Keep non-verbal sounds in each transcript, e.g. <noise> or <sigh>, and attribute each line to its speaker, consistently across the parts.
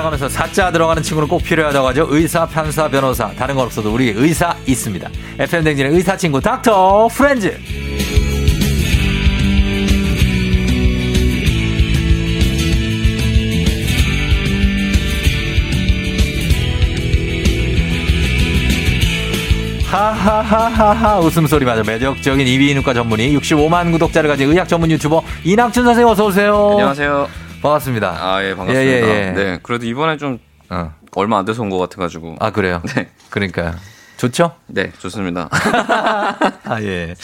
Speaker 1: 포함해서 사자 들어가는 친구는 꼭 필요하다고 하죠. 의사, 판사, 변호사. 다른 건 없어도 우리 의사 있습니다. FM 댕진의 의사 친구 닥터 프렌즈. 하하하하하 웃음소리마저 매력적인 이비인후과 전문의 65만 구독자를 가진 의학 전문 유튜버 이낙준 선생님 어서 오세요.
Speaker 2: 안녕하세요.
Speaker 1: 반갑습니다.
Speaker 2: 아, 예, 반갑습니다.
Speaker 1: 예, 예, 예.
Speaker 2: 네, 그래도 이번에 좀
Speaker 1: 어.
Speaker 2: 얼마 안 돼서 온 것 같아가지고.
Speaker 1: 아 그래요.
Speaker 2: 네.
Speaker 1: 그러니까 좋죠?
Speaker 2: 네, 좋습니다. <laughs>
Speaker 1: 아, 예.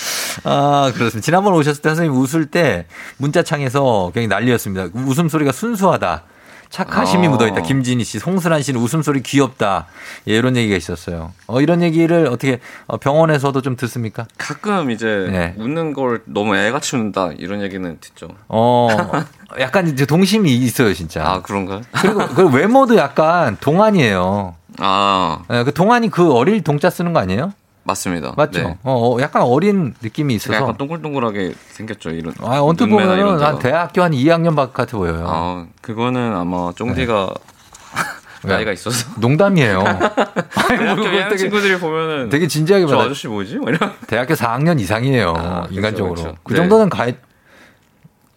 Speaker 1: 아, 그렇습니다. 지난번 오셨을 때 선생님 웃을 때 문자창에서 굉장히 난리였습니다. 웃음소리가 순수하다. 착하심이
Speaker 2: 어.
Speaker 1: 묻어있다. 김진희 씨, 송슬한 씨는 웃음소리 귀엽다. 예, 이런 얘기가 있었어요. 어, 이런 얘기를 어떻게 어, 병원에서도 좀 듣습니까?
Speaker 2: 가끔 이제
Speaker 1: 네.
Speaker 2: 웃는 걸 너무 애같이 웃는다 이런 얘기는 듣죠.
Speaker 1: <laughs> 어, 약간 이제 동심이 있어요, 진짜.
Speaker 2: 아, 그런가요?
Speaker 1: 그리고 그 외모도 약간 동안이에요.
Speaker 2: 아,
Speaker 1: 예, 그 동안이 그 어릴 동자 쓰는 거 아니에요?
Speaker 2: 맞습니다.
Speaker 1: 맞죠?
Speaker 2: 네.
Speaker 1: 어, 어, 약간 어린 느낌이
Speaker 2: 제가
Speaker 1: 있어서.
Speaker 2: 약간 동글동글하게 생겼죠. 이런.
Speaker 1: 아, 언뜻
Speaker 2: 눈매나 이런
Speaker 1: 보면은
Speaker 2: 데가.
Speaker 1: 한 대학교 한 2학년 바깥에 보여요.
Speaker 2: 아, 그거는 아마 쫑디가
Speaker 1: 네. 왜?
Speaker 2: <laughs> 나이가 있어서. <laughs>
Speaker 1: 농담이에요. <laughs> 아니, 뭐
Speaker 2: 대학교
Speaker 1: 그걸
Speaker 2: 여행
Speaker 1: 되게,
Speaker 2: 친구들이 보면은
Speaker 1: 되게 진지하게
Speaker 2: 저
Speaker 1: 받아.
Speaker 2: 아저씨 뭐지? 막 이런.
Speaker 1: 대학교 4학년 이상이에요.
Speaker 2: 아, 그쵸,
Speaker 1: 인간적으로. 그
Speaker 2: 그쵸. 네.
Speaker 1: 정도는 가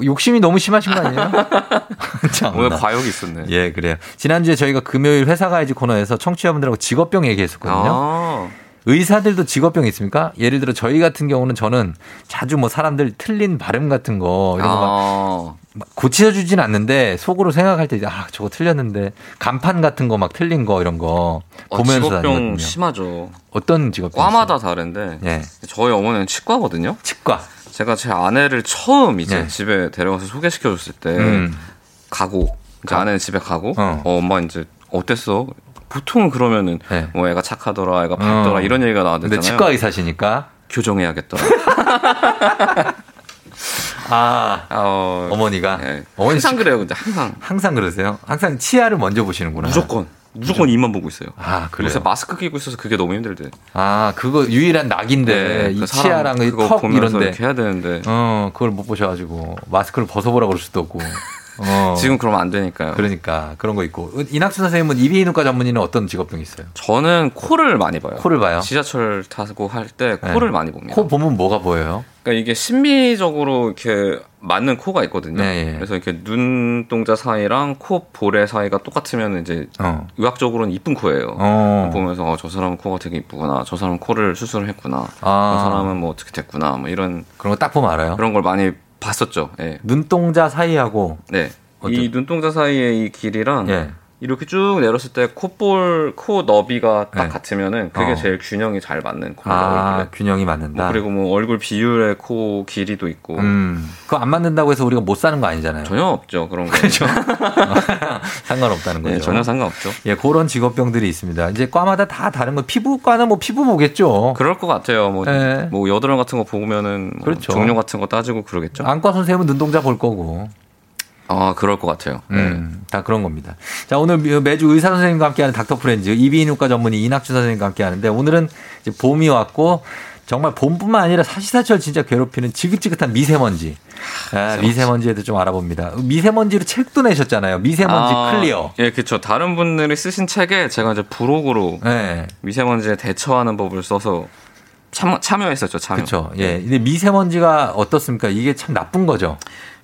Speaker 1: 욕심이 너무 심하신 거
Speaker 2: <laughs>
Speaker 1: 아니에요? 아, 참나.
Speaker 2: 오늘 과욕이 있었네.
Speaker 1: 예, 그래요. 지난주에 저희가 금요일 회사 가야지 코너에서 청취자분들하고 직업병 얘기했었거든요.
Speaker 2: 아,
Speaker 1: 의사들도 직업병 있습니까? 예를 들어 저희 같은 경우는 저는 자주 뭐 사람들 틀린 발음 같은 거 이런 거 막
Speaker 2: 아,
Speaker 1: 고쳐주진 않는데 속으로 생각할 때 이제 아 저거 틀렸는데 간판 같은 거 막 틀린 거 이런 거
Speaker 2: 어,
Speaker 1: 보면서
Speaker 2: 직업병
Speaker 1: 다니거든요.
Speaker 2: 심하죠.
Speaker 1: 어떤 직업병?
Speaker 2: 과마다 다른데
Speaker 1: 예.
Speaker 2: 저희 어머니는 치과거든요.
Speaker 1: 치과.
Speaker 2: 제가 제 아내를 처음 이제
Speaker 1: 네.
Speaker 2: 집에 데려가서 소개시켜줬을 때
Speaker 1: 음.
Speaker 2: 가고 이제 아내는 집에 가고
Speaker 1: 어.
Speaker 2: 어. 엄마 이제 어땠어? 보통은 그러면은
Speaker 1: 네.
Speaker 2: 뭐 애가 착하더라, 애가 밝더라
Speaker 1: 어.
Speaker 2: 이런 얘기가 나왔잖아요.
Speaker 1: 근데 치과 의사시니까
Speaker 2: 교정해야겠다.
Speaker 1: <laughs> 아
Speaker 2: 아, 어,
Speaker 1: 어머니가
Speaker 2: 예.
Speaker 1: 어머니
Speaker 2: 항상
Speaker 1: 항상
Speaker 2: 그래요, 근데 항상
Speaker 1: 항상 그러세요? 항상 치아를 먼저 보시는구나.
Speaker 2: 무조건 무조건 이만 보고 있어요.
Speaker 1: 네. 아 그래요.
Speaker 2: 요새 마스크 끼고 있어서 그게 너무 힘들대.
Speaker 1: 아 그거 유일한 낙인데 네, 이
Speaker 2: 그 사람
Speaker 1: 치아랑 이
Speaker 2: 그거
Speaker 1: 턱
Speaker 2: 보면서
Speaker 1: 이런데.
Speaker 2: 이렇게 해야 되는데
Speaker 1: 어 그걸 못 보셔가지고 마스크를 벗어보라 그럴 수도 없고. 어.
Speaker 2: <laughs> 지금 그러면 안 되니까요.
Speaker 1: 그러니까 그런 거 있고 이낙준 선생님은 이비인후과 전문의는 어떤 직업병이 있어요?
Speaker 2: 저는 코를 많이 봐요.
Speaker 1: 코를 봐요.
Speaker 2: 지하철 타고 할 때
Speaker 1: 네.
Speaker 2: 코를 많이 봅니다.
Speaker 1: 코 보면 뭐가 보여요?
Speaker 2: 그러니까 이게 심미적으로 이렇게 맞는 코가 있거든요.
Speaker 1: 네, 예.
Speaker 2: 그래서 이렇게 눈동자 사이랑 코 볼의 사이가 똑같으면 이제
Speaker 1: 어.
Speaker 2: 의학적으로는 이쁜 코예요.
Speaker 1: 어.
Speaker 2: 보면서 어, 저 사람은 코가 되게 이쁘구나. 저 사람은 코를 수술을 했구나.
Speaker 1: 아.
Speaker 2: 저 사람은 뭐 어떻게 됐구나. 뭐 이런
Speaker 1: 그런 거 딱 보면 알아요.
Speaker 2: 그런 걸 많이 봤었죠. 예.
Speaker 1: 눈동자 사이하고
Speaker 2: 네.
Speaker 1: 어떤-
Speaker 2: 이 눈동자 사이의 이 길이랑
Speaker 1: 예.
Speaker 2: 이렇게 쭉 내렸을 때 콧볼 코 너비가 딱
Speaker 1: 네.
Speaker 2: 같으면은 그게
Speaker 1: 어.
Speaker 2: 제일 균형이 잘 맞는 코예요.
Speaker 1: 아 균형이
Speaker 2: 뭐
Speaker 1: 맞는다.
Speaker 2: 그리고 뭐 얼굴 비율의 코 길이도 있고
Speaker 1: 음. 그거 안 맞는다고 해서 우리가 못 사는 거 아니잖아요.
Speaker 2: 전혀 없죠 그런 거.
Speaker 1: 그렇죠.
Speaker 2: 그죠?
Speaker 1: 상관없다는 거죠.
Speaker 2: 네, 전혀 상관없죠.
Speaker 1: 예, 그런 직업병들이 있습니다. 이제 과마다 다 다른 거 피부과는 뭐 피부 보겠죠.
Speaker 2: 그럴 것 같아요. 뭐,
Speaker 1: 예.
Speaker 2: 뭐 여드름 같은 거 보면은 뭐
Speaker 1: 그렇죠.
Speaker 2: 종료 같은 거 따지고 그러겠죠. 아,
Speaker 1: 안과 선생님은 눈동자 볼 거고.
Speaker 2: 그럴 것 같아요. 네.
Speaker 1: 음, 다 그런 겁니다. 자, 오늘 매주 의사 선생님과 함께하는 닥터 프렌즈 이비인후과 전문의 이낙준 선생님과 함께하는데 오늘은 이제 봄이 왔고 정말 봄뿐만 아니라 사시사철 진짜 괴롭히는 지긋지긋한 미세먼지. 아, 미세먼지에도 좀 알아봅니다. 미세먼지로 책도 내셨잖아요. 미세먼지
Speaker 2: 아,
Speaker 1: 클리어.
Speaker 2: 예, 그렇죠. 다른 분들이 쓰신 책에 제가 이제 부록으로
Speaker 1: 예.
Speaker 2: 미세먼지에 대처하는 법을 써서 참, 참여했었죠. 참여.
Speaker 1: 그렇죠. 예. 근데 미세먼지가 어떻습니까? 이게 참 나쁜 거죠.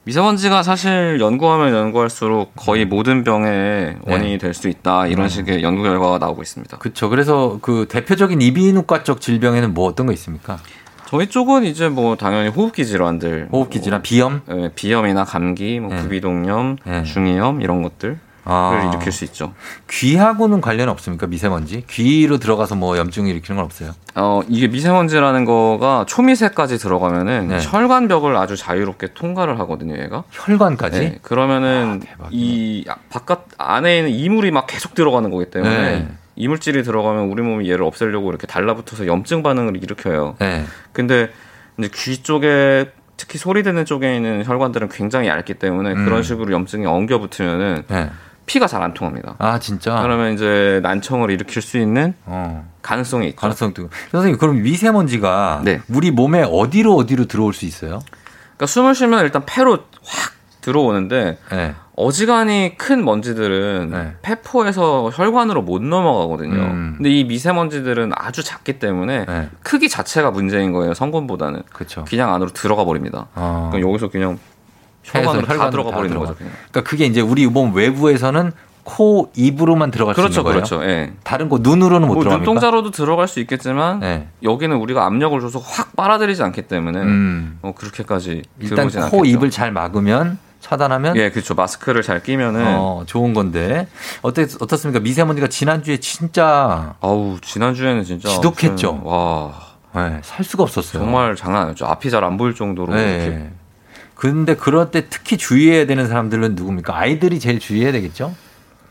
Speaker 2: 미세먼지가 사실 연구하면 연구할수록 거의
Speaker 1: 음.
Speaker 2: 모든
Speaker 1: 네.
Speaker 2: 병의 원인이 될 수 있다 이런 식의 연구 결과가 나오고 있습니다.
Speaker 1: 그렇죠. 그래서 그 대표적인 이비인후과 쪽 질병에는 뭐 어떤 거 있습니까?
Speaker 2: 저희 쪽은 이제 뭐 당연히 호흡기 질환들,
Speaker 1: 호흡기 질환, 비염.
Speaker 2: 뭐, 예, 비염이나 감기, 뭐
Speaker 1: 예.
Speaker 2: 구비동염,
Speaker 1: 예.
Speaker 2: 중이염 이런 것들을
Speaker 1: 아.
Speaker 2: 일으킬 수 있죠.
Speaker 1: 귀하고는 관련 없습니까? 미세먼지? 귀로 들어가서 뭐 염증 일으키는 건 없어요.
Speaker 2: 어, 이게 미세먼지라는 거가 초미세까지 들어가면은
Speaker 1: 네.
Speaker 2: 혈관벽을 아주 자유롭게 통과를 하거든요, 얘가.
Speaker 1: 혈관까지?
Speaker 2: 네, 그러면은
Speaker 1: 아, 대박이네.
Speaker 2: 이 아, 바깥 안에 있는 이물이 막 계속 들어가는 거기 때문에
Speaker 1: 네.
Speaker 2: 이물질이 들어가면 우리 몸이 얘를 없애려고 이렇게 달라붙어서 염증 반응을 일으켜요.
Speaker 1: 네.
Speaker 2: 근데 이제 귀 쪽에 특히 소리 듣는 쪽에 있는 혈관들은 굉장히 얇기 때문에
Speaker 1: 음.
Speaker 2: 그런 식으로 염증이 엉겨 붙으면은
Speaker 1: 네.
Speaker 2: 피가 잘 안 통합니다.
Speaker 1: 아, 진짜?
Speaker 2: 그러면 이제 난청을 일으킬 수 있는
Speaker 1: 어.
Speaker 2: 가능성이 있죠.
Speaker 1: 가능성도. 있고. 선생님, 그럼 미세먼지가
Speaker 2: 네.
Speaker 1: 우리 몸에 어디로 어디로 들어올 수 있어요?
Speaker 2: 그러니까 숨을 쉬면 일단 폐로 확 들어오는데
Speaker 1: 네.
Speaker 2: 어지간히 큰 먼지들은
Speaker 1: 네.
Speaker 2: 폐포에서 혈관으로 못 넘어가거든요.
Speaker 1: 음.
Speaker 2: 근데 이 미세먼지들은 아주 작기 때문에
Speaker 1: 네.
Speaker 2: 크기 자체가 문제인 거예요. 성분보다는
Speaker 1: 그렇죠.
Speaker 2: 그냥 안으로 들어가 버립니다.
Speaker 1: 어.
Speaker 2: 그럼 여기서 그냥
Speaker 1: 폐에서
Speaker 2: 혈관으로 다
Speaker 1: 혈관으로
Speaker 2: 들어가
Speaker 1: 다
Speaker 2: 버리는
Speaker 1: 들어가.
Speaker 2: 거죠. 그냥.
Speaker 1: 그러니까 그게 이제 우리 몸 외부에서는 코, 입으로만 들어갈 수
Speaker 2: 그렇죠,
Speaker 1: 있는 거예요.
Speaker 2: 그렇죠. 예.
Speaker 1: 다른 거 눈으로는 못
Speaker 2: 뭐
Speaker 1: 들어갑니까?
Speaker 2: 눈동자로도 들어갈 수 있겠지만
Speaker 1: 네.
Speaker 2: 여기는 우리가 압력을 줘서 확 빨아들이지 않기 때문에
Speaker 1: 음.
Speaker 2: 어, 그렇게까지
Speaker 1: 일단
Speaker 2: 들어오진
Speaker 1: 코,
Speaker 2: 않겠죠.
Speaker 1: 입을 잘 막으면 차단하면
Speaker 2: 예, 그렇죠. 마스크를 잘 끼면은
Speaker 1: 네? 어, 좋은 건데 어떻 어떻습니까? 미세먼지가 지난주에 진짜
Speaker 2: 아우 지난주에는 진짜
Speaker 1: 지독했죠.
Speaker 2: 무슨- 와
Speaker 1: 네, 살 수가 없었어요.
Speaker 2: 정말 장난 아니었죠. 앞이 잘 안 보일 정도로 이렇게
Speaker 1: 네. 근데 그럴 때 특히 주의해야 되는 사람들은 누굽니까? 아이들이 제일 주의해야 되겠죠?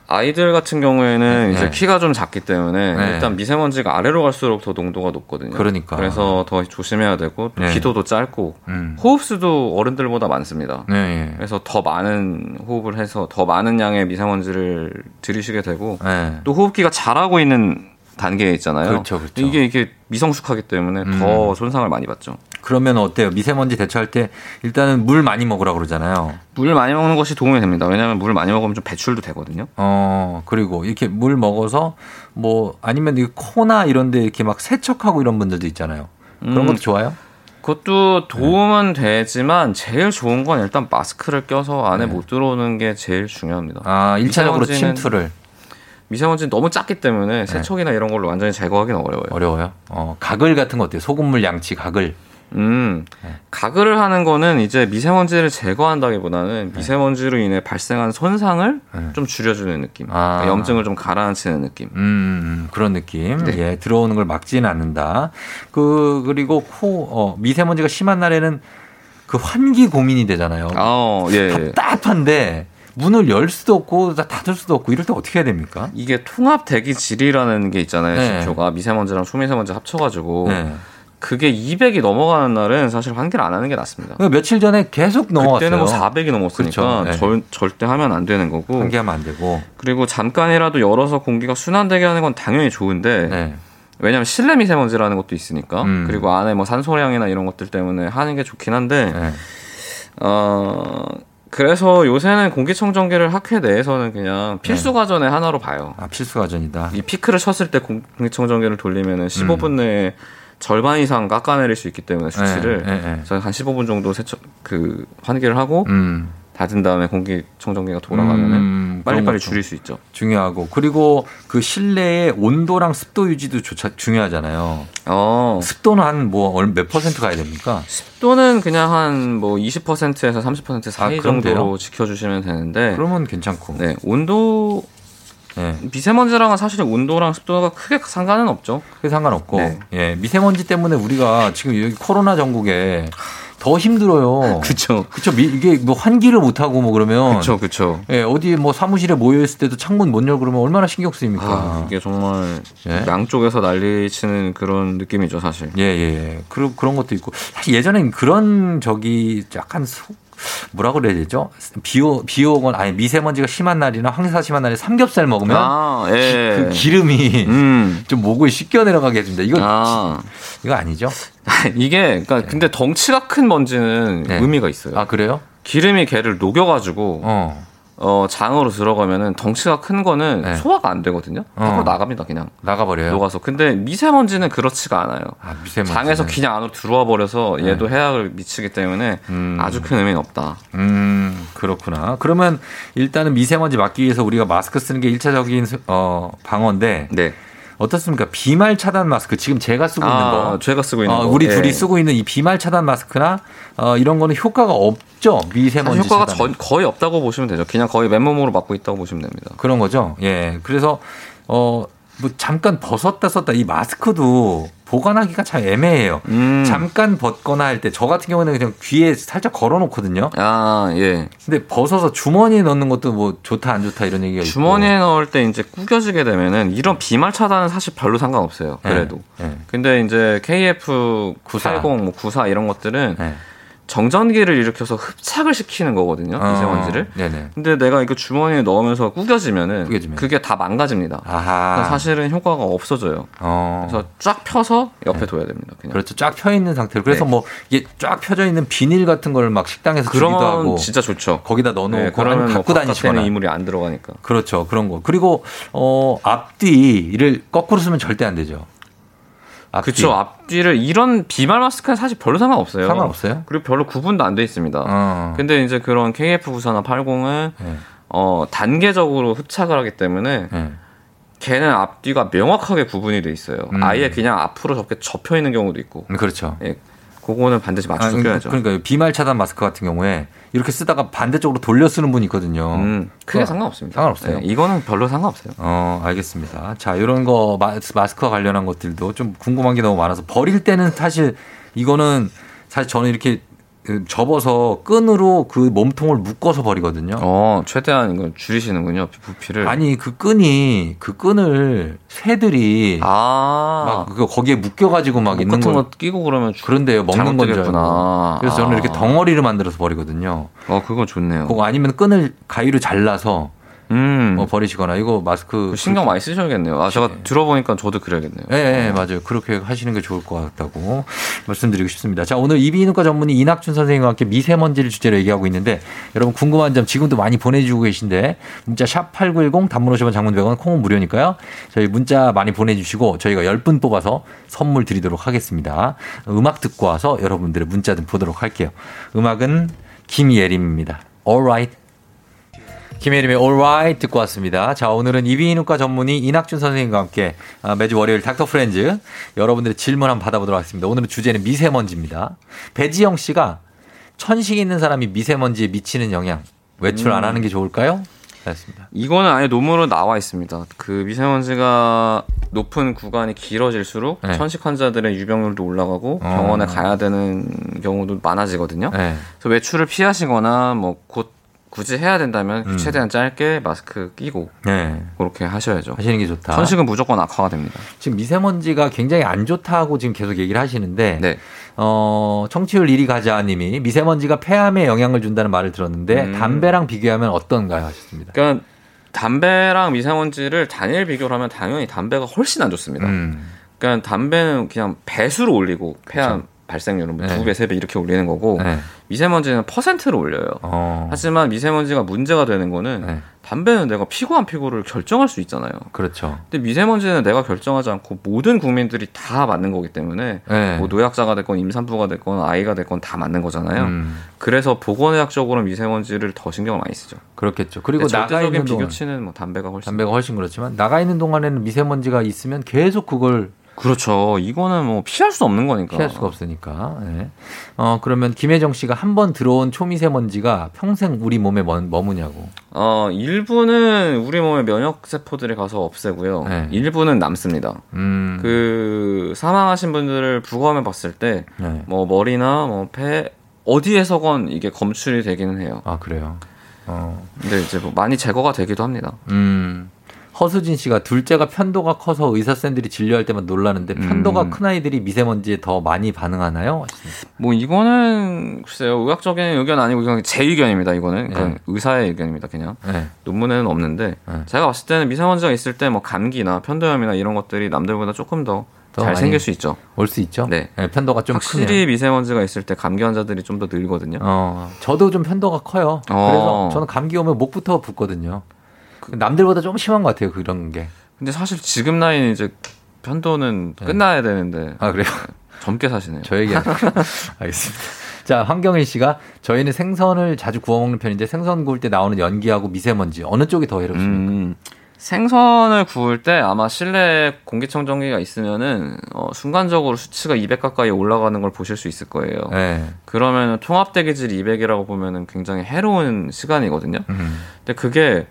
Speaker 2: 아이들 같은 경우에는
Speaker 1: 네.
Speaker 2: 이제 키가 좀 작기 때문에
Speaker 1: 네.
Speaker 2: 일단 미세먼지가 아래로 갈수록 더 농도가 높거든요.
Speaker 1: 그러니까.
Speaker 2: 래서더 조심해야 되고 또
Speaker 1: 네.
Speaker 2: 기도도 짧고
Speaker 1: 음.
Speaker 2: 호흡수도 어른들보다 많습니다.
Speaker 1: 네.
Speaker 2: 그래서 더 많은 호흡을 해서 더 많은 양의 미세먼지를 들이쉬게 되고
Speaker 1: 예. 네.
Speaker 2: 또 호흡기가 자라고 있는 단계에 있잖아요.
Speaker 1: 그렇죠, 그렇죠. 음.
Speaker 2: 이게 이게 미성숙하기 때문에 더 손상을 많이 받죠.
Speaker 1: 그러면 어때요? 미세먼지 대처할 때 일단은 물 많이 먹으라 그러잖아요.
Speaker 2: 물 많이 먹는 것이 도움이 됩니다. 왜냐하면 물을 많이 먹으면 좀 배출도 되거든요.
Speaker 1: 어, 그리고 이렇게 물 먹어서 뭐 아니면 이 코나 이런 데 이렇게 막 세척하고 이런 분들도 있잖아요. 그런
Speaker 2: 음.
Speaker 1: 것도 좋아요?
Speaker 2: 그것도 도움은
Speaker 1: 네.
Speaker 2: 되지만 제일 좋은 건 일단 마스크를 껴서 안에
Speaker 1: 네.
Speaker 2: 못 들어오는 게 제일 중요합니다.
Speaker 1: 아, 일차적으로
Speaker 2: 미세먼지는
Speaker 1: 침투를
Speaker 2: 미세먼지는 너무 작기
Speaker 1: 네.
Speaker 2: 때문에 세척이나 이런 걸로 완전히 제거하기는 어려워요.
Speaker 1: 어려워요. 어, 가글 같은 거 어때요? 소금물 양치 가글.
Speaker 2: 음,
Speaker 1: 네.
Speaker 2: 가글을 하는 거는 이제 미세먼지를 제거한다기보다는 미세먼지로 인해 발생한 손상을
Speaker 1: 네.
Speaker 2: 좀 줄여주는 느낌.
Speaker 1: 아.
Speaker 2: 그러니까 염증을 좀 가라앉히는 느낌.
Speaker 1: 음, 그런 느낌.
Speaker 2: 네.
Speaker 1: 예, 들어오는 걸 막지는 않는다. 그, 그리고 코, 어, 미세먼지가 심한 날에는 그 환기 고민이 되잖아요.
Speaker 2: 아, 어, 예. 예.
Speaker 1: 답답한데 문을 열 수도 없고 다 닫을 수도 없고 이럴 때 어떻게 해야 됩니까?
Speaker 2: 이게 통합 대기 질이라는 게 있잖아요.
Speaker 1: 네.
Speaker 2: 지표가 미세먼지랑 초미세먼지 합쳐가지고
Speaker 1: 네.
Speaker 2: 그게 200이 넘어가는 날은 사실 환기를 안 하는 게 낫습니다.
Speaker 1: 그 며칠 전에 계속 넘어갔어요.
Speaker 2: 그때는 뭐 400이 넘었으니까
Speaker 1: 그렇죠. 네.
Speaker 2: 절, 절대 하면 안 되는 거고
Speaker 1: 환기하면 안 되고.
Speaker 2: 그리고 잠깐이라도 열어서 공기가 순환되게 하는 건 당연히 좋은데
Speaker 1: 네.
Speaker 2: 왜냐하면 실내 미세먼지라는 것도 있으니까
Speaker 1: 음.
Speaker 2: 그리고 안에 뭐 산소량이나 이런 것들 때문에 하는 게 좋긴 한데
Speaker 1: 네.
Speaker 2: 어 그래서 요새는 공기청정기를 학회 내에서는
Speaker 1: 네.
Speaker 2: 그냥 필수 과전의 하나로 봐요.
Speaker 1: 아, 필수 과정이다.
Speaker 2: 이 피크를 쳤을 때 공- 공기청정기를 돌리면은
Speaker 1: 음.
Speaker 2: 15분 내에 절반 이상 깎아내릴 수 있기 때문에 수치를
Speaker 1: 네, 네, 네.
Speaker 2: 저는 한 15분 정도 세척 그 환기를 하고
Speaker 1: 음.
Speaker 2: 닫은 다음에 공기청정기가 돌아가면은
Speaker 1: 음, 그런 것도
Speaker 2: 빨리빨리 줄일 수 있죠.
Speaker 1: 중요하고 그리고 그 실내의 온도랑 습도 유지도 조차 중요하잖아요.
Speaker 2: 어.
Speaker 1: 습도는 한뭐몇 퍼센트 가야 됩니까?
Speaker 2: 습도는 그냥 한 뭐 20%에서 30% 사이
Speaker 1: 아, 그럼 돼요?
Speaker 2: 정도로 지켜주시면 되는데
Speaker 1: 그러면 괜찮고.
Speaker 2: 네 온도
Speaker 1: 예.
Speaker 2: 미세먼지랑은 사실 온도랑 습도가 크게 상관은 없죠.
Speaker 1: 그게 상관없고.
Speaker 2: 네.
Speaker 1: 예. 미세먼지 때문에 우리가 지금 여기 코로나 전국에 더 힘들어요.
Speaker 2: 그렇죠.
Speaker 1: 그쵸. 미- 이게 뭐 환기를 못하고 뭐 그러면.
Speaker 2: 그렇죠. 그렇죠.
Speaker 1: 예, 어디 뭐 사무실에 모여있을 때도 창문 못 열고 그러면 얼마나 신경 쓰입니까?
Speaker 2: 아, 이게 정말
Speaker 1: 예.
Speaker 2: 양쪽에서 난리치는 그런 느낌이죠, 사실.
Speaker 1: 예, 예, 예. 그런, 그런 것도 있고. 사실 예전엔 그런 적이 약간 속, 뭐라 그래야 되죠? 비오, 비 오건, 아니, 미세먼지가 심한 날이나 황사 심한 날에 삼겹살 먹으면
Speaker 2: 아,
Speaker 1: 그
Speaker 2: 예.
Speaker 1: 기름이 그
Speaker 2: 음.
Speaker 1: 좀 목을 씻겨 내려가게 해줍니다. 이거,
Speaker 2: 아,
Speaker 1: 이거 아니죠?
Speaker 2: <laughs> 이게, 그러니까, 근데 덩치가 큰 먼지는
Speaker 1: 네.
Speaker 2: 의미가 있어요.
Speaker 1: 예. 아, 그래요?
Speaker 2: 기름이 걔를 녹여가지고,
Speaker 1: 어.
Speaker 2: 어, 장으로 들어가면은 덩치가 큰 거는
Speaker 1: 네.
Speaker 2: 소화가 안 되거든요.
Speaker 1: 어. 예.
Speaker 2: 밖으로 나갑니다, 그냥.
Speaker 1: 나가버려요.
Speaker 2: 녹아서. 근데 미세먼지는 그렇지가 않아요.
Speaker 1: 아, 미세먼지.
Speaker 2: 장에서 그냥 안으로 들어와 버려서 얘도 해악을 미치기 때문에
Speaker 1: 예. 음.
Speaker 2: 아주 큰 의미는 없다.
Speaker 1: 음, 그렇구나. 그러면 일단은 미세먼지 막기 위해서 우리가 마스크 쓰는 게일차적인 어, 방어인데
Speaker 2: 네.
Speaker 1: 어떻습니까? 비말 차단 마스크. 지금 제가 쓰고 있는
Speaker 2: 아,
Speaker 1: 거.
Speaker 2: 제가 쓰고 있는
Speaker 1: 어,
Speaker 2: 거.
Speaker 1: 우리
Speaker 2: 예.
Speaker 1: 둘이 쓰고 있는 이 비말 차단 마스크나 어, 이런 거는 효과가 없죠.
Speaker 2: 사실
Speaker 1: 미세먼지
Speaker 2: 아, 효과가
Speaker 1: 차단.
Speaker 2: 전- 거의 없다고 보시면 되죠. 그냥 거의 맨몸으로 맞고 있다고 보시면 됩니다.
Speaker 1: 그런 거죠. 예. 그래서 어, 뭐 잠깐 벗었다 썼다 이 마스크도 보관하기가 참 애매해요.
Speaker 2: 음.
Speaker 1: 잠깐 벗거나 할 때 저 같은 경우는 에 그냥 귀에 살짝 걸어 놓거든요.
Speaker 2: 아, 예.
Speaker 1: 근데 벗어서 주머니에 넣는 것도 뭐 좋다 안 좋다 이런 얘기가 있고.
Speaker 2: 주머니에 넣을 때 이제 구겨지게 되면은 이런 비말 차단은 사실 별로 상관없어요.
Speaker 1: 예,
Speaker 2: 그래도.
Speaker 1: 예.
Speaker 2: 근데 이제 KF
Speaker 1: 94.
Speaker 2: 94, 80, 뭐94 이런 것들은
Speaker 1: 네.
Speaker 2: 정전기를 일으켜서 흡착을 시키는 거거든요.
Speaker 1: 어,
Speaker 2: 미세먼지를.
Speaker 1: 네네.
Speaker 2: 근데 내가 이거 주머니에 넣으면서 구겨지면은
Speaker 1: 구겨지면.
Speaker 2: 그게 다 망가집니다.
Speaker 1: 아하.
Speaker 2: 그러니까 사실은 효과가 없어져요.
Speaker 1: 어.
Speaker 2: 그래서 쫙 펴서 옆에 둬야 됩니다. 그냥.
Speaker 1: 그렇죠. 쫙 펴 있는 상태로. 그래서
Speaker 2: 네.
Speaker 1: 뭐 이게 쫙 펴져 있는 비닐 같은 걸 막 식당에서 주기도 하고
Speaker 2: 그러면 진짜 좋죠.
Speaker 1: 거기다 넣어 놓고
Speaker 2: 네,
Speaker 1: 아니면
Speaker 2: 그러면 뭐
Speaker 1: 갖고 다니시거나.
Speaker 2: 바깥에는 이물이 안 들어가니까.
Speaker 1: 그렇죠. 그런 거. 그리고 어 앞뒤를 거꾸로 쓰면 절대 안 되죠. 앞뒤.
Speaker 2: 그쵸 앞뒤를 이런 비말 마스크는 사실 별로 상관없어요.
Speaker 1: 상관없어요?
Speaker 2: 그리고 별로 구분도 안 돼 있습니다.
Speaker 1: 어.
Speaker 2: 근데 이제 그런 KF94나 80은
Speaker 1: 네.
Speaker 2: 어, 단계적으로 흡착을 하기 때문에
Speaker 1: 네.
Speaker 2: 걔는 앞뒤가 명확하게 구분이 돼 있어요.
Speaker 1: 음.
Speaker 2: 아예 그냥 앞으로 접게 접혀 있는 경우도 있고.
Speaker 1: 음, 그렇죠.
Speaker 2: 예. 그거는 반드시
Speaker 1: 아,
Speaker 2: 맞춰서
Speaker 1: 그러니까
Speaker 2: 껴야죠.
Speaker 1: 그러니까요. 비말 차단 마스크 같은 경우에 이렇게 쓰다가 반대쪽으로 돌려 쓰는 분이 있거든요.
Speaker 2: 음,
Speaker 1: 어. 그거
Speaker 2: 크게 상관없습니다.
Speaker 1: 상관없어요.
Speaker 2: 예, 이거는 별로 상관없어요.
Speaker 1: 어, 알겠습니다. 자, 이런 거 마- 마스크와 관련한 것들도 좀 궁금한 게 너무 많아서 버릴 때는 사실 이거는 사실 저는 이렇게 그 접어서 끈으로 그 몸통을 묶어서 버리거든요.
Speaker 2: 어, 네. 최대한 이건 줄이시는군요. 부피를.
Speaker 1: 아니 그 끈이 그 끈을 새들이
Speaker 2: 아.
Speaker 1: 막 그거 거기에 묶여가지고 막
Speaker 2: 옷
Speaker 1: 있는
Speaker 2: 같은
Speaker 1: 걸
Speaker 2: 거 끼고 그러면 주-
Speaker 1: 그런데요 먹는
Speaker 2: 잘못
Speaker 1: 건줄
Speaker 2: 되겠구나.
Speaker 1: 알고 그래서 저는 이렇게
Speaker 2: 아.
Speaker 1: 덩어리를 만들어서 버리거든요.
Speaker 2: 어, 그거 좋네요.
Speaker 1: 그거 아니면 끈을 가위로 잘라서
Speaker 2: 음.
Speaker 1: 뭐 버리시거나 이거 마스크
Speaker 2: 그거 신경 많이 쓰셔야겠네요. 아, 제가 들어보니까 저도 그래야겠네요.
Speaker 1: 예, 예, 맞아요. 그렇게 하시는 게 좋을 것 같다고 말씀드리고 싶습니다. 자, 오늘 이비인후과 전문의 이낙준 선생님과 함께 미세먼지를 주제로 얘기하고 있는데 여러분 궁금한 점 지금도 많이 보내주고 계신데 문자 샵 8910 단문 50원 장문 100원 콩은 무료니까요. 저희 문자 많이 보내주시고 저희가 10분 뽑아서 선물 드리도록 하겠습니다. 음악 듣고 와서 여러분들의 문자 좀 보도록 할게요. 음악은 김예림입니다. Alright. 김혜림의 All Right 듣고 왔습니다. 자, 오늘은 이비인후과 전문의 이낙준 선생님과 함께 아, 매주 월요일 닥터 프렌즈 여러분들의 질문 한번 받아보도록 하겠습니다. 오늘은 주제는 미세먼지입니다. 배지영 씨가 천식이 있는 사람이 미세먼지에 미치는 영향 외출
Speaker 2: 음.
Speaker 1: 안 하는 게 좋을까요? 맞습니다.
Speaker 2: 이거는 아예 논문으로 나와 있습니다. 그 미세먼지가 높은 구간이 길어질수록
Speaker 1: 네.
Speaker 2: 천식 환자들의 유병률도 올라가고
Speaker 1: 어.
Speaker 2: 병원에 가야 되는 경우도 많아지거든요.
Speaker 1: 네.
Speaker 2: 그래서 외출을 피하시거나 뭐 곧 굳이 해야 된다면
Speaker 1: 음.
Speaker 2: 최대한 짧게 마스크 끼고
Speaker 1: 네.
Speaker 2: 그렇게 하셔야죠.
Speaker 1: 하시는 게 좋다.
Speaker 2: 천식은 무조건 악화가 됩니다.
Speaker 1: 지금 미세먼지가 굉장히 안 좋다고 지금 계속 얘기를 하시는데
Speaker 2: 네.
Speaker 1: 어, 청취율 1위 가자님이 미세먼지가 폐암에 영향을 준다는 말을 들었는데
Speaker 2: 음.
Speaker 1: 담배랑 비교하면 어떤가요? 하셨습니다.
Speaker 2: 그러니까 담배랑 미세먼지를 단일 비교를 하면 당연히 담배가 훨씬 안 좋습니다.
Speaker 1: 음.
Speaker 2: 그러니까 담배는 그냥 배수로 올리고 폐암 발생률은
Speaker 1: 네.
Speaker 2: 뭐두배세 배 이렇게 올리는 거고
Speaker 1: 네.
Speaker 2: 미세먼지는 퍼센트로 올려요.
Speaker 1: 어.
Speaker 2: 하지만 미세먼지가 문제가 되는 거는
Speaker 1: 네.
Speaker 2: 담배는 내가 피고 안 피고를 결정할 수 있잖아요.
Speaker 1: 그렇죠.
Speaker 2: 근데 미세먼지는 내가 결정하지 않고 모든 국민들이 다 맞는 거기 때문에
Speaker 1: 네.
Speaker 2: 뭐 노약자가 됐건 임산부가 됐건 아이가 됐건 다 맞는 거잖아요.
Speaker 1: 음,
Speaker 2: 그래서 보건의학적으로 미세먼지를 더 신경을 많이 쓰죠.
Speaker 1: 그렇겠죠. 그리고
Speaker 2: 근데
Speaker 1: 나가
Speaker 2: 네, 절대적인
Speaker 1: 있는 동안
Speaker 2: 비교치는 뭐 담배가 훨씬
Speaker 1: 담배가 훨씬 그렇지만 나가 있는 동안에는 미세먼지가 있으면 계속 그걸
Speaker 2: 그렇죠. 이거는 뭐 피할 수 없는 거니까.
Speaker 1: 피할 수가 없으니까. 예. 어 그러면 김혜정 씨가 한 번 들어온 초미세먼지가 평생 우리 몸에 머, 머무냐고.
Speaker 2: 어, 일부는 우리 몸의 면역 세포들이 가서 없애고요.
Speaker 1: 네.
Speaker 2: 일부는 남습니다.
Speaker 1: 음.
Speaker 2: 그 사망하신 분들을 부검해 봤을 때
Speaker 1: 예.
Speaker 2: 뭐 머리나 뭐 폐 어디에서건 이게 검출이 되기는 해요.
Speaker 1: 아 그래요. 어.
Speaker 2: 근데 이제 뭐 많이 제거가 되기도 합니다.
Speaker 1: 음. 허수진 씨가 둘째가 편도가 커서 의사 쌤들이 진료할 때만 놀라는데 편도가
Speaker 2: 음.
Speaker 1: 큰 아이들이 미세먼지에 더 많이 반응하나요? 하셨습니다.
Speaker 2: 뭐 이거는 글쎄요 의학적인 의견 아니고 그냥 제 의견입니다. 이거는 그냥
Speaker 1: 네.
Speaker 2: 의사의 의견입니다. 그냥
Speaker 1: 예.
Speaker 2: 논문에는 없는데
Speaker 1: 네.
Speaker 2: 제가 봤을 때는 미세먼지가 있을 때 뭐 감기나 편도염이나 이런 것들이 남들보다 조금 더
Speaker 1: 더
Speaker 2: 잘
Speaker 1: 많이
Speaker 2: 생길 수 있죠.
Speaker 1: 올 수 있죠.
Speaker 2: 네.
Speaker 1: 예, 편도가 좀
Speaker 2: 확실히
Speaker 1: 크면.
Speaker 2: 미세먼지가 있을 때 감기 환자들이 좀 더 늘거든요.
Speaker 1: 어, 저도 좀 편도가 커요.
Speaker 2: 어. 그
Speaker 1: 그래서 저는 감기 오면 목부터 붓거든요. 남들보다 좀 심한 것 같아요, 그런 게.
Speaker 2: 근데 사실 지금 나이는 이제 편도는
Speaker 1: 예.
Speaker 2: 끝나야 되는데
Speaker 1: 아, 그래요?
Speaker 2: 젊게 사시네요.
Speaker 1: 저 얘기 아니고.
Speaker 2: <laughs>
Speaker 1: 알겠습니다. 자, 황경일 씨가 저희는 생선을 자주 구워 먹는 편인데 생선 구울 때 나오는 연기하고 미세먼지 어느 쪽이 더 해롭습니까?
Speaker 2: 음, 생선을 구울 때 아마 실내 공기청정기가 있으면은 어, 순간적으로 수치가 200 가까이 올라가는 걸 보실 수 있을 거예요.
Speaker 1: 네.
Speaker 2: 그러면 통합대기질 200이라고 보면은 굉장히 해로운 시간이거든요.
Speaker 1: 음.
Speaker 2: 근데 그게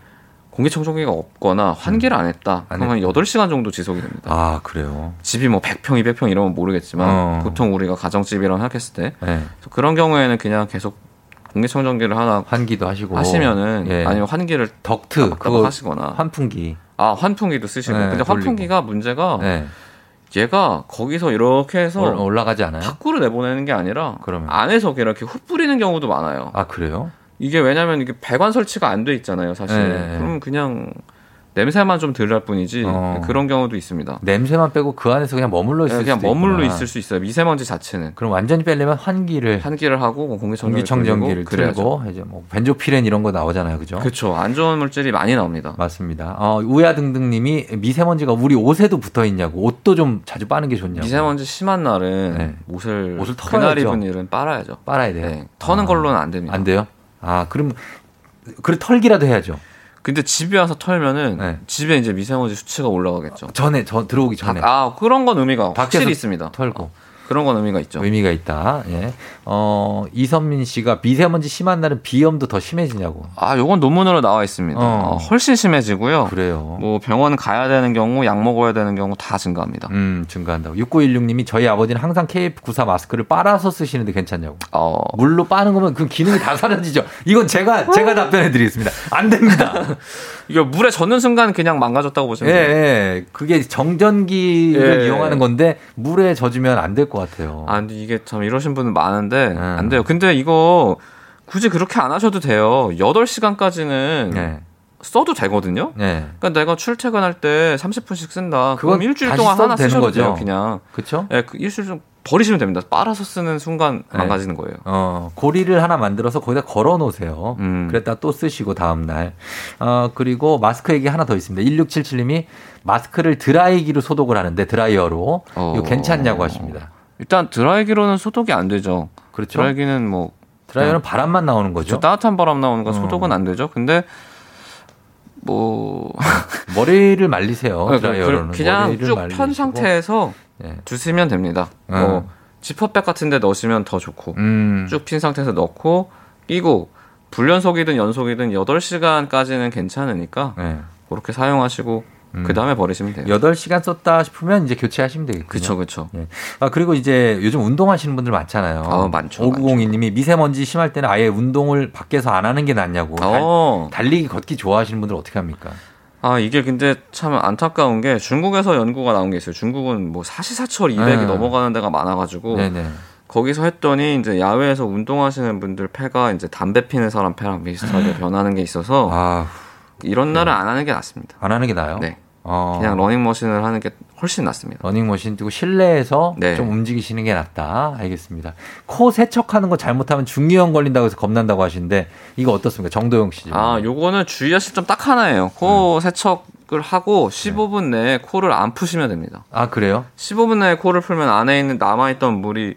Speaker 2: 공기청정기가 없거나 환기를 안 했다.
Speaker 1: 음. 안
Speaker 2: 그러면 8시간 정도 지속이 됩니다.
Speaker 1: 아, 그래요.
Speaker 2: 집이 뭐 100평, 200평 이러면 모르겠지만
Speaker 1: 어.
Speaker 2: 보통 우리가 가정집이라고 생각했을 때
Speaker 1: 네.
Speaker 2: 그래서 그런 경우에는 그냥 계속 공기청정기를 하나
Speaker 1: 환기도 하시고.
Speaker 2: 하시면은
Speaker 1: 예.
Speaker 2: 아니면 환기를
Speaker 1: 덕트,
Speaker 2: 그거
Speaker 1: 그거
Speaker 2: 하시거나
Speaker 1: 환풍기.
Speaker 2: 아 환풍기도 쓰시고
Speaker 1: 네,
Speaker 2: 근데
Speaker 1: 돌리고.
Speaker 2: 어. 환풍기가 문제가
Speaker 1: 네.
Speaker 2: 얘가 거기서 이렇게 해서
Speaker 1: 올- 올라가지 않아요?
Speaker 2: 밖으로 내보내는 게 아니라
Speaker 1: 네. 그러면.
Speaker 2: 안에서 이렇게 흩 뿌리는 경우도 많아요.
Speaker 1: 아 그래요?
Speaker 2: 이게 왜냐면 이게 배관 설치가 안 돼 있잖아요, 사실.
Speaker 1: 네.
Speaker 2: 그러면 그냥 냄새만 좀 덜 날 뿐이지
Speaker 1: 어.
Speaker 2: 그런 경우도 있습니다.
Speaker 1: 냄새만 빼고 그 안에서 그냥 머물러 있을
Speaker 2: 네, 그냥
Speaker 1: 수도
Speaker 2: 머물러
Speaker 1: 있구나.
Speaker 2: 있을 수 있어요. 미세먼지 자체는
Speaker 1: 그럼 완전히 빼려면 환기를
Speaker 2: 환기를 하고 공기청정기를
Speaker 1: 네. 공기청정기를
Speaker 2: 그래야죠.
Speaker 1: 틀고 이제 뭐 벤조피렌 이런 거 나오잖아요, 그죠?
Speaker 2: 그렇죠. 안 좋은 물질이 많이 나옵니다.
Speaker 1: 맞습니다. 어, 우야등등님이 미세먼지가 우리 옷에도 붙어 있냐고 옷도 좀 자주 빠는 게 좋냐고
Speaker 2: 미세먼지 심한 날은
Speaker 1: 네.
Speaker 2: 옷을,
Speaker 1: 옷을
Speaker 2: 그날
Speaker 1: 털어야죠.
Speaker 2: 입은 일은 빨아야죠.
Speaker 1: 빨아야 돼요.
Speaker 2: 네. 터는
Speaker 1: 아,
Speaker 2: 걸로는 안 됩니다.
Speaker 1: 안 돼요? 아 그럼 그래 털기라도 해야죠.
Speaker 2: 근데 집에 와서 털면은
Speaker 1: 네.
Speaker 2: 집에 이제 미세먼지 수치가 올라가겠죠.
Speaker 1: 전에 저 들어오기 전에
Speaker 2: 밖- 아 그런 건 의미가
Speaker 1: 밖에서
Speaker 2: 확실히 있습니다.
Speaker 1: 털고
Speaker 2: 그런 건 의미가 있죠.
Speaker 1: 의미가 있다. 예. 어 이선민 씨가 미세먼지 심한 날은 비염도 더 심해지냐고.
Speaker 2: 아 요건 논문으로 나와 있습니다.
Speaker 1: 어.
Speaker 2: 어, 훨씬 심해지고요.
Speaker 1: 그래요.
Speaker 2: 뭐 병원 가야 되는 경우, 약 먹어야 되는 경우 다 증가합니다.
Speaker 1: 음 증가한다고. 6916님이 저희 아버지는 항상 KF94 마스크를 빨아서 쓰시는데 괜찮냐고.
Speaker 2: 어,
Speaker 1: 물로 빠는 거면 그 기능이 다 사라지죠. 이건 제가 제가 답변해 드리겠습니다. 안
Speaker 2: <laughs>
Speaker 1: 됩니다.
Speaker 2: 이게 물에 젖는 순간 그냥 망가졌다고
Speaker 1: 예,
Speaker 2: 보시면 돼요.
Speaker 1: 예. 그게 정전기를
Speaker 2: 예.
Speaker 1: 이용하는 건데 물에 젖으면 안 될 것 같아요.
Speaker 2: 아, 근데 이게 참 이러신 분은 많은데
Speaker 1: 음.
Speaker 2: 안 돼요. 근데 이거 굳이 그렇게 안 하셔도 돼요. 8시간까지는
Speaker 1: 예.
Speaker 2: 써도 되거든요.
Speaker 1: 예.
Speaker 2: 그러니까 내가 출퇴근할 때 30분씩 쓴다.
Speaker 1: 그건
Speaker 2: 그럼 일주일
Speaker 1: 다시
Speaker 2: 동안
Speaker 1: 써도
Speaker 2: 하나
Speaker 1: 되는
Speaker 2: 쓰셔도
Speaker 1: 거죠?
Speaker 2: 돼요, 그냥.
Speaker 1: 그쵸?
Speaker 2: 예, 그 일주일 좀 버리시면 됩니다. 빨아서 쓰는 순간
Speaker 1: 네.
Speaker 2: 망가지는 거예요.
Speaker 1: 어, 고리를 하나 만들어서 거기다 걸어 놓으세요.
Speaker 2: 음.
Speaker 1: 그랬다 또 쓰시고 다음날. 어, 그리고 마스크 얘기 하나 더 있습니다. 1677님이 마스크를 드라이기로 소독을 하는데 드라이어로
Speaker 2: 어.
Speaker 1: 이거 괜찮냐고 하십니다.
Speaker 2: 일단 드라이기로는 소독이 안 되죠.
Speaker 1: 그렇죠?
Speaker 2: 드라이기는 뭐
Speaker 1: 드라이어는 바람만 나오는 거죠.
Speaker 2: 그렇죠. 따뜻한 바람 나오는 건
Speaker 1: 어.
Speaker 2: 소독은 안 되죠. 근데 뭐
Speaker 1: 머리를
Speaker 2: <laughs>
Speaker 1: 말리세요. 드라이어로는.
Speaker 2: 아, 그냥
Speaker 1: 머리를
Speaker 2: 쭉
Speaker 1: 말리시고.
Speaker 2: 편 상태에서
Speaker 1: 예.
Speaker 2: 두시면 됩니다.
Speaker 1: 음.
Speaker 2: 뭐 지퍼백 같은데 넣으시면 더 좋고
Speaker 1: 음.
Speaker 2: 쭉 핀 상태에서 넣고 끼고 불연속이든 연속이든 8시간까지는 괜찮으니까
Speaker 1: 예.
Speaker 2: 그렇게 사용하시고
Speaker 1: 음.
Speaker 2: 그 다음에 버리시면 돼요.
Speaker 1: 여덟 시간 썼다 싶으면 이제 교체하시면 되겠군요.
Speaker 2: 그쵸 그쵸.
Speaker 1: 아, 그리고 이제 요즘 운동하시는 분들 많잖아요.
Speaker 2: 아, 많죠,
Speaker 1: 5902님이 미세먼지 심할 때는 아예 운동을 밖에서 안 하는 게 낫냐고. 달,
Speaker 2: 어.
Speaker 1: 달리기 걷기 좋아하시는 분들 어떻게 합니까?
Speaker 2: 아 이게 근데 참 안타까운 게 중국에서 연구가 나온 게 있어요. 중국은 뭐 사시사철 200이
Speaker 1: 네.
Speaker 2: 넘어가는 데가 많아가지고
Speaker 1: 네네.
Speaker 2: 거기서 했더니 이제 야외에서 운동하시는 분들 폐가 이제 담배 피는 사람 폐랑 비슷하게 변하는 게 있어서
Speaker 1: 음. 아,
Speaker 2: 이런 날은 안 하는 게 낫습니다.
Speaker 1: 안 하는 게 나아요?
Speaker 2: 네.
Speaker 1: 어,
Speaker 2: 그냥 러닝머신을 하는 게 훨씬 낫습니다.
Speaker 1: 러닝머신 뛰고 실내에서
Speaker 2: 네.
Speaker 1: 좀 움직이시는 게 낫다. 알겠습니다. 코 세척하는 거 잘못하면 중이염 걸린다고 해서 겁난다고 하시는데 이거 어떻습니까? 정도영 씨죠.
Speaker 2: 아, 요거는 주의하실 점 딱 하나예요.
Speaker 1: 음.
Speaker 2: 코 세척을 하고 15분
Speaker 1: 네.
Speaker 2: 내에 코를 안 푸시면 됩니다.
Speaker 1: 아, 그래요?
Speaker 2: 15분 내에 코를 풀면 안에 있는 남아있던 물이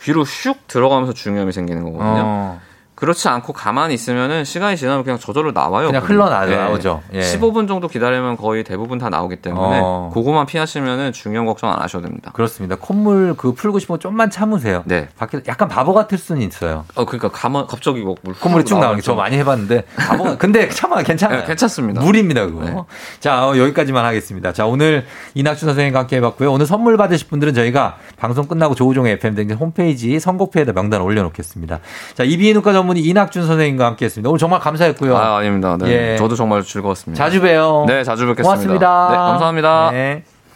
Speaker 2: 귀로 슉 들어가면서 중이염이 생기는 거거든요.
Speaker 1: 어,
Speaker 2: 그렇지 않고 가만히 있으면은 시간이 지나면 그냥 저절로 나와요.
Speaker 1: 그냥
Speaker 2: 물이.
Speaker 1: 흘러나오죠.
Speaker 2: 예.
Speaker 1: 예.
Speaker 2: 15분 정도 기다리면 거의 대부분 다 나오기 때문에
Speaker 1: 어.
Speaker 2: 그거만 피하시면은 중요한 걱정 안 하셔도 됩니다.
Speaker 1: 그렇습니다. 콧물 그 풀고 싶으면 좀만 참으세요.
Speaker 2: 네.
Speaker 1: 밖에 약간 바보 같을 수는 있어요.
Speaker 2: 어 그러니까 가만 갑자기 뭐 물.
Speaker 1: 콧물이 쭉 나오는 게 저 많이 해봤는데 바보 <laughs> 근데 참아 괜찮아요.
Speaker 2: 네, 괜찮습니다.
Speaker 1: 물입니다 그거.
Speaker 2: 네.
Speaker 1: 자 어, 여기까지만 하겠습니다. 자 오늘 이낙준 선생님과 함께 해봤고요. 오늘 선물 받으실 분들은 저희가 방송 끝나고 조우종의 FM 댕진 홈페이지 선곡표에다 명단 올려놓겠습니다. 자 이비인후과 전문의 이낙준 선생님과 함께했습니다. 오늘 정말 감사했고요.
Speaker 2: 아 아닙니다. 네.
Speaker 1: 예.
Speaker 2: 저도 정말 즐거웠습니다.
Speaker 1: 자주 봬요.
Speaker 2: 네 자주 뵙겠습니다.
Speaker 1: 고맙습니다.
Speaker 2: 네 감사합니다.
Speaker 1: 네.